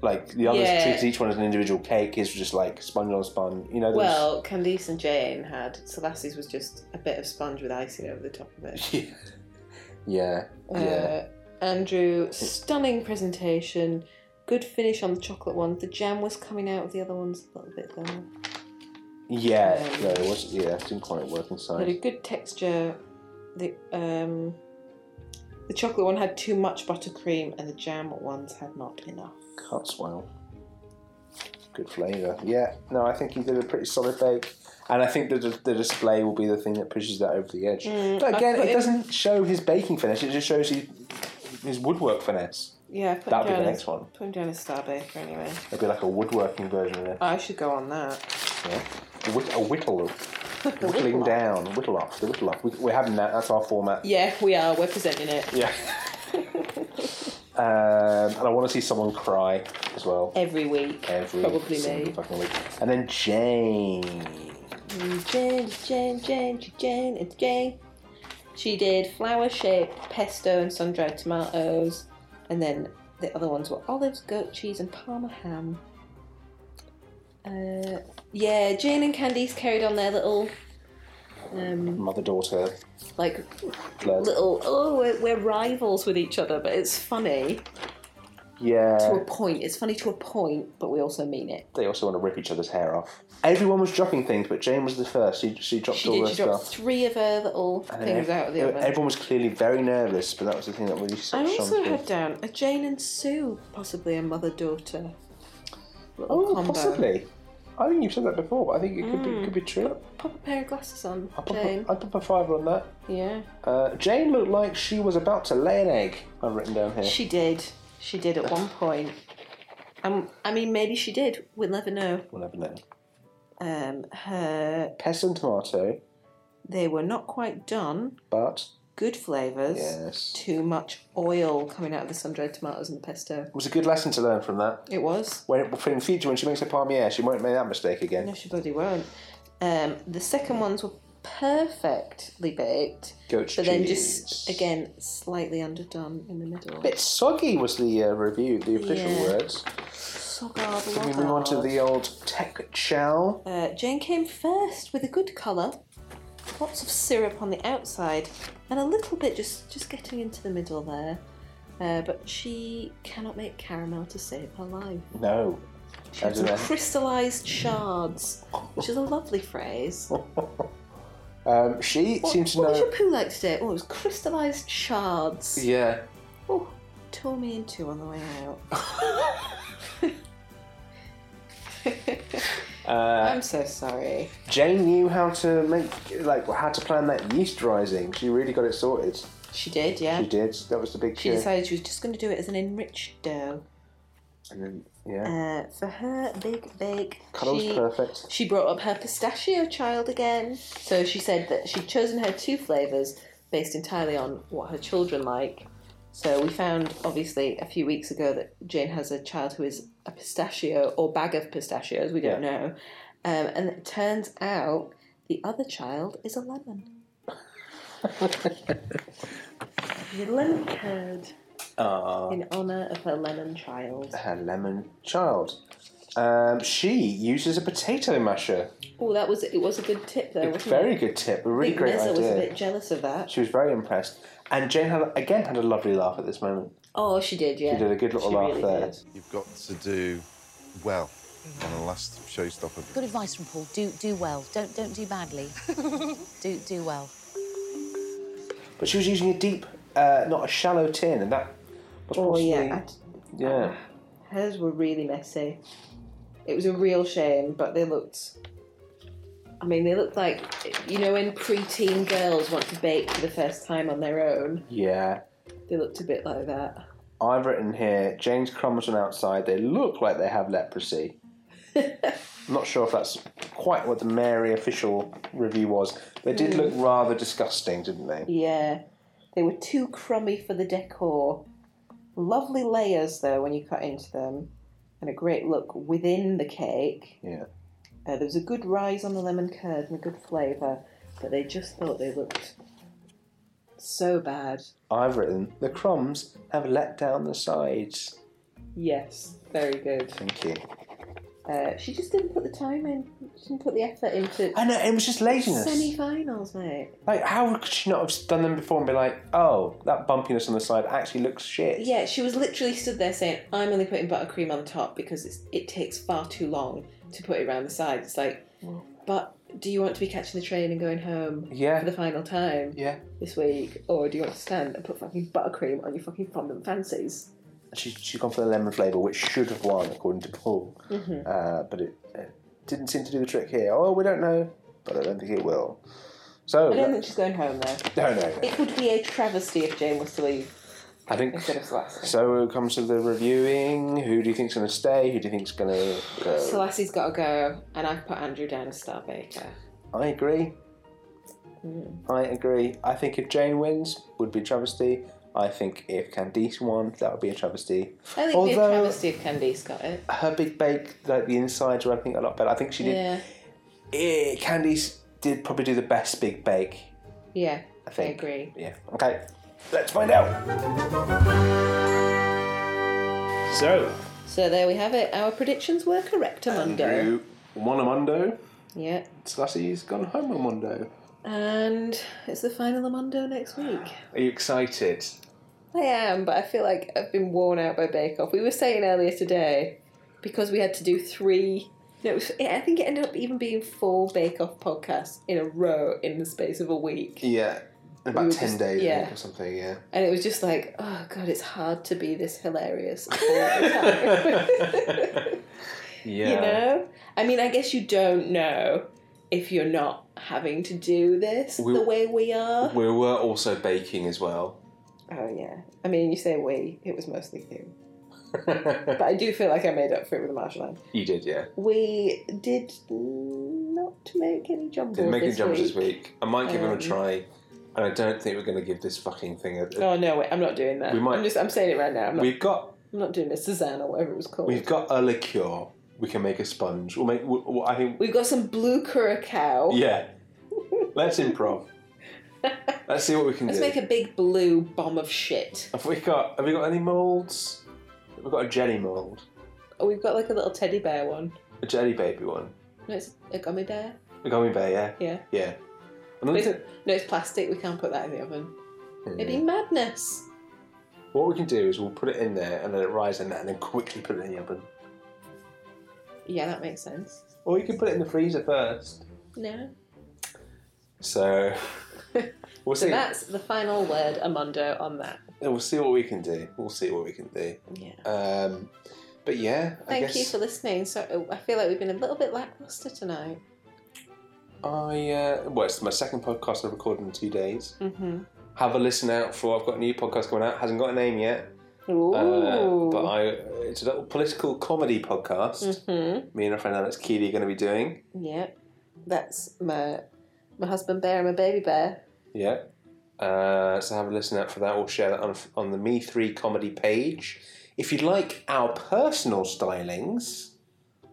S1: like the others
S2: Yeah.
S1: treated each one as an individual cake. His was just like sponge on sponge. You know, there was-
S2: well, Candice and Jane had Selassie's was just a bit of sponge with icing over the top of it.
S1: yeah, yeah, yeah.
S2: Uh, Andrew, stunning presentation. Good finish on the chocolate ones. The jam was coming out of the other ones a little bit though.
S1: yeah.
S2: um,
S1: no, it wasn't. Yeah, it didn't quite work
S2: had a
S1: inside.
S2: good texture. The um, the chocolate one had too much buttercream, and the jam ones had not enough.
S1: Cuts well. Good flavour. Yeah. No, I think he did a pretty solid bake, and I think the the display will be the thing that pushes that over the edge. but again,
S2: put
S1: it
S2: in-
S1: doesn't show his baking finesse. It just shows his his woodwork finesse.
S2: Yeah, I put
S1: That'll be
S2: him down
S1: the
S2: as-
S1: next one.
S2: Put him down as star baker anyway.
S1: It'd be like a woodworking version of it.
S2: I should go on that.
S1: Yeah. A, whitt- a whittle. Whittling down, whittle off, the whittle off. We, we're having that. That's our format.
S2: Yeah, we are. We're presenting it.
S1: Yeah. um, and I want to see someone cry as well.
S2: Every week,
S1: Every
S2: probably
S1: single
S2: me.
S1: fucking week. And then Jane.
S2: Jane, Jane, Jane, Jane, Jane, it's Jane. She did flower shaped pesto and sun dried tomatoes, and then the other ones were olives, goat cheese, and parma ham. Uh, yeah, Jane and Candice carried on their little, um,
S1: Mother daughter
S2: like,
S1: flirt.
S2: little, oh, we're, we're rivals with each other, but it's funny to
S1: Yeah.
S2: a point. It's funny to a point, but we also mean it.
S1: They also want to rip each other's hair off. Everyone was dropping things, but Jane was the first. She, she dropped
S2: She
S1: all
S2: did,
S1: her
S2: she dropped
S1: stuff.
S2: three of her little
S1: And e-,
S2: things
S1: ev-
S2: out of the oven.
S1: Everyone was clearly very nervous, but that was the thing that really
S2: I
S1: sort of shone
S2: also
S1: through.
S2: had down a Jane and Sue, possibly a mother daughter.
S1: Oh, possibly. I think you've said that before, but I think it could, be, could be true.
S2: Pop a pair of glasses on,
S1: I'd pop,
S2: Mm. Jane.
S1: A, I'd pop a fiver on that.
S2: Yeah.
S1: Uh, Jane looked like she was about to lay an egg, I've written down here.
S2: She did. She did at one point. Um, I mean, maybe she did. We'll never know.
S1: We'll never know.
S2: Um, her
S1: Pest and tomato,
S2: they were not quite done.
S1: but
S2: Good flavors.
S1: Yes.
S2: Too much oil coming out of the sun-dried tomatoes and the pesto.
S1: it was a good lesson to learn from that.
S2: It was.
S1: When, for in the future, when she makes a palmier, she won't make that mistake again.
S2: No, she bloody won't. Um, the second ones were perfectly baked,
S1: Goat
S2: but then
S1: cheese.
S2: just again slightly underdone in the middle.
S1: bit soggy was the uh, review, the official
S2: Yeah.
S1: words.
S2: so bad.
S1: Can we move on to the old tech chow?
S2: Uh, Jane came first with a good colour, lots of syrup on the outside, and a little bit just just getting into the middle there. Uh, but she cannot make caramel to save her life.
S1: No.
S2: She had
S1: I don't
S2: some
S1: know.
S2: crystallised shards, which is a lovely phrase.
S1: Um, she
S2: What,
S1: seems to
S2: what was your
S1: know.
S2: poo like today? Oh, it was crystallised shards.
S1: Yeah.
S2: Oh, tore me in two on the way out.
S1: Uh,
S2: I'm so sorry.
S1: Jane knew how to make, like, how to plan that yeast rising. She really got it sorted.
S2: She did, yeah.
S1: She did. That was the big
S2: She
S1: coup.
S2: decided she was just going to do it as an enriched dough.
S1: And then, yeah.
S2: Uh, for her big bake,
S1: Colour's
S2: she,
S1: perfect.
S2: she brought up her pistachio child again. So she said that she'd chosen her two flavours based entirely on what her children like. So we found, obviously, a few weeks ago that Jane has a child who is a pistachio or bag of pistachios, we don't
S1: Yeah.
S2: know. Um, and it turns out the other child is a lemon. Your lemon curd
S1: Ah,
S2: in honour of her lemon child.
S1: her lemon child. Um, she uses a potato masher.
S2: Oh, that was it. Was a good tip though. Wasn't
S1: Very
S2: it?
S1: good tip. A
S2: I
S1: really
S2: think
S1: great
S2: Nessa
S1: idea.
S2: was a bit jealous of that.
S1: She was very impressed. And Jane had, again had a lovely laugh at this moment.
S2: Oh, she did. Yeah,
S1: She did a good little
S2: She
S1: laugh
S2: really
S1: there.
S2: did.
S3: You've got to do well on the last showstopper.
S9: Good advice from Paul. Do do well. Don't don't do badly. do do well.
S1: But she was using a deep, uh, not a shallow tin, and that was
S2: Oh
S1: possibly,
S2: yeah, uh.
S1: yeah.
S2: I- hers were really messy. It was a real shame, but they looked. I mean, they looked like you know when preteen girls want to bake for the first time on their own.
S1: Yeah.
S2: They looked a bit like that.
S1: I've written here James crumbs on outside. They look like they have leprosy. I'm not sure if that's quite what the Mary official review was. They did look
S2: Hmm.
S1: rather disgusting, didn't they?
S2: Yeah, they were too crummy for the decor. Lovely layers though when you cut into them, and a great look within the cake.
S1: Yeah.
S2: Uh, there was a good rise on the lemon curd and a good flavour, but they just thought they looked so bad.
S1: I've written the crumbs have let down the sides.
S2: Yes, very good.
S1: Thank you.
S2: Uh, she just didn't put the time in. She didn't put the effort into
S1: I know it was just laziness.
S2: semi-finals, mate.
S1: Like, how could she not have done them before and be like, oh, that bumpiness on the side actually looks shit?
S2: Yeah, she was literally stood there saying, "I'm only putting buttercream on the top because it's, it takes far too long to put it around the sides." It's like, but do you want to be catching the train and going home
S1: Yeah.
S2: for the final time
S1: Yeah.
S2: this week, or do you want to stand and put fucking buttercream on your fucking fondant fancies?
S1: She, she's gone for the lemon flavour, which should have won, according to Paul.
S2: Mm-hmm.
S1: Uh, but it, it didn't seem to do the trick here. Oh, we don't know, but I don't think it will. So,
S2: I don't think she's going home though.
S1: no, no, no.
S2: It would be a travesty if Jane was to leave
S1: I think.
S2: instead of Selassie.
S1: So it comes to the reviewing. Who do you think's going to stay? Who do you think's going to go?
S2: Selassie's got to go, and I've put Andrew down as Star Baker.
S1: I agree.
S2: Mm.
S1: I agree. I think if Jane wins, would be a travesty. I think if Candice won, that would be a travesty.
S2: I think it'd be a
S1: Although-
S2: travesty if Candice got it.
S1: Her big bake, like the insides, were I think a lot better. I think she did.
S2: Yeah,
S1: Eh, Candice did probably do the best big bake.
S2: yeah,
S1: I think.
S2: agree.
S1: Yeah. Okay. Let's find out. So,
S2: So there we have it. Our predictions were correct, Amundo.
S1: won a Mondo.
S2: Yeah,
S1: Slassy's gone home a Mondo.
S2: and it's the final Amundo next week.
S1: Are you excited?
S2: I am, but I feel like I've been worn out by Bake Off. We were saying earlier today because we had to do three. No, it was, I think it ended up even being four Bake Off podcasts in a row in the space of a week,
S1: Yeah. In about
S2: were
S1: 10
S2: just-
S1: days, I
S2: yeah.
S1: think, or something, yeah.
S2: and it was just like, oh god, it's hard to be this hilarious all the time.
S1: Yeah.
S2: You know? I mean, I guess you don't know if you're not having to do this
S1: We-
S2: the way we are.
S1: We were also baking as well.
S2: oh, yeah. I mean, you say we, it was mostly you. but I do feel like I made up for it with the martial line.
S1: You did, yeah.
S2: We did not make any jump
S1: Didn't
S2: balls
S1: make any
S2: this
S1: jumps this
S2: week.
S1: week. I might give him
S2: Um,
S1: a try, and I don't think we're going to give this fucking thing. A,
S2: Oh no! Wait, I'm not doing that.
S1: We might-
S2: I'm just. I'm saying it right now. I'm not.
S1: We've got
S2: I'm not doing a Suzanne or whatever it was called.
S1: we've got a liqueur. We can make a sponge. We'll make. we we- I think.
S2: We've got some blue curacao.
S1: Yeah. Let's improv. Let's see what we can
S2: Let's
S1: do.
S2: make a big blue bomb of shit.
S1: Have we got? Have we got any molds? We've got a jelly mold,
S2: Oh, we've got like a little teddy bear one.
S1: a jelly baby one,
S2: No, it's a gummy bear.
S1: a gummy bear. Yeah.
S2: Yeah.
S1: Yeah. And
S2: But
S1: then-
S2: it's- no, it's plastic. We can't put that in the oven. It'd be madness.
S1: What we can do is we'll put it in there and let it rise in that, and then quickly put it in the oven.
S2: Yeah, that makes sense.
S1: Or you can put it in the freezer first.
S2: No.
S1: So we'll
S2: So
S1: see.
S2: that's the final word, Amondo, on that.
S1: We'll see what we can do. We'll see what we can do.
S2: Yeah.
S1: Um, but yeah, I
S2: Thank
S1: guess
S2: you for listening. So uh, I feel like we've been a little bit lackluster tonight.
S1: I uh, well, it's my second podcast I've recorded in two days.
S2: Mhm.
S1: Have a listen out for. I've got a new podcast coming out. Hasn't got a name yet,
S2: Ooh.
S1: uh, but I it's a little political comedy podcast.
S2: Hmm.
S1: Me and our friend Alex Keeley are going to be doing.
S2: Mm-hmm. Yep. That's my my husband bear and my baby bear.
S1: Yeah. Uh, so have a listen out for that. We'll share that on, on the Me Three comedy page. If you'd like our personal stylings,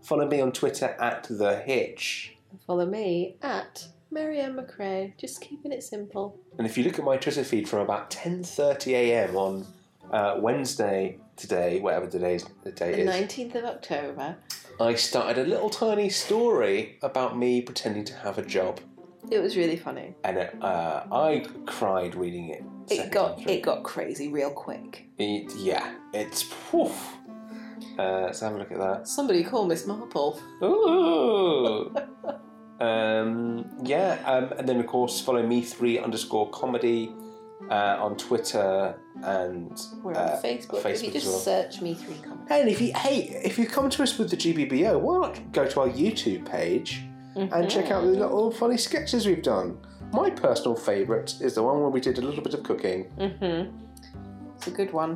S1: follow me on Twitter at the Hitch.
S2: Follow me at Marianne McRae. Just keeping it simple.
S1: And if you look at my Twitter feed from about ten thirty a.m. on uh, Wednesday today, whatever today's the
S2: The
S1: day is,
S2: 19th of October.
S1: I started a little tiny story about me pretending to have a job,
S2: It was really funny.
S1: and uh, I cried reading it.
S2: It
S1: second time
S2: got
S1: through.
S2: it got crazy real quick.
S1: It- yeah, it's. Whew. Uh, so have a look at that.
S2: Somebody call Miss Marple.
S1: Ooh. um, yeah, um, and then of course follow me three underscore comedy uh, on Twitter and
S2: We're on
S1: uh,
S2: Facebook. If you
S1: as
S2: just
S1: well.
S2: search me three comments.
S1: And if you hey, if you come to us with the GBBO, why not go to our YouTube page
S2: Mm-hmm.
S1: and check out the
S2: Mm.
S1: little funny sketches we've done. My personal favourite is the one where we did a little bit of cooking.
S2: Mm-hmm. It's a good one.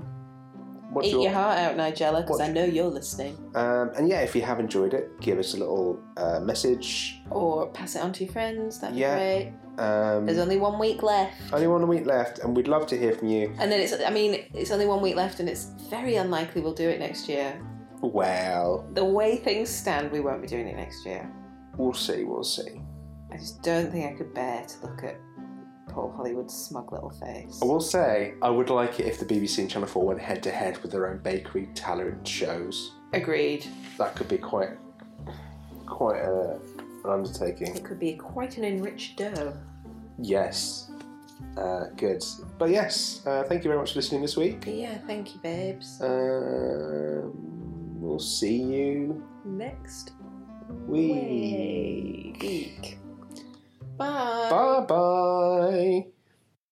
S1: What's
S2: Eat
S1: your-
S2: your heart out, Nigella, because
S1: What's-
S2: I know you're listening.
S1: um, and yeah, if you have enjoyed it, give us a little uh, message.
S2: Or pass it on to your friends. That'd
S1: Yeah.
S2: be great.
S1: Um,
S2: There's only one week left.
S1: only one week left, and we'd love to hear from you.
S2: And then it's, I mean, it's only one week left, and it's very unlikely we'll do it next year.
S1: Well,
S2: The way things stand, we won't be doing it next year.
S1: we'll see, we'll see.
S2: I just don't think I could bear to look at poor Hollywood's smug little face.
S1: I will say, I would like it if the BBC and Channel 4 went head to head with their own bakery talent shows.
S2: Agreed.
S1: That could be quite, quite a, an undertaking.
S2: It could be quite an enriched dough.
S1: Yes. Uh, good. But yes, uh, thank you very much for listening this week.
S2: Yeah, thank you,
S1: Uh,
S2: babes.
S1: Um, we'll see you
S2: Next
S1: week.
S2: week. Bye.
S1: Bye bye.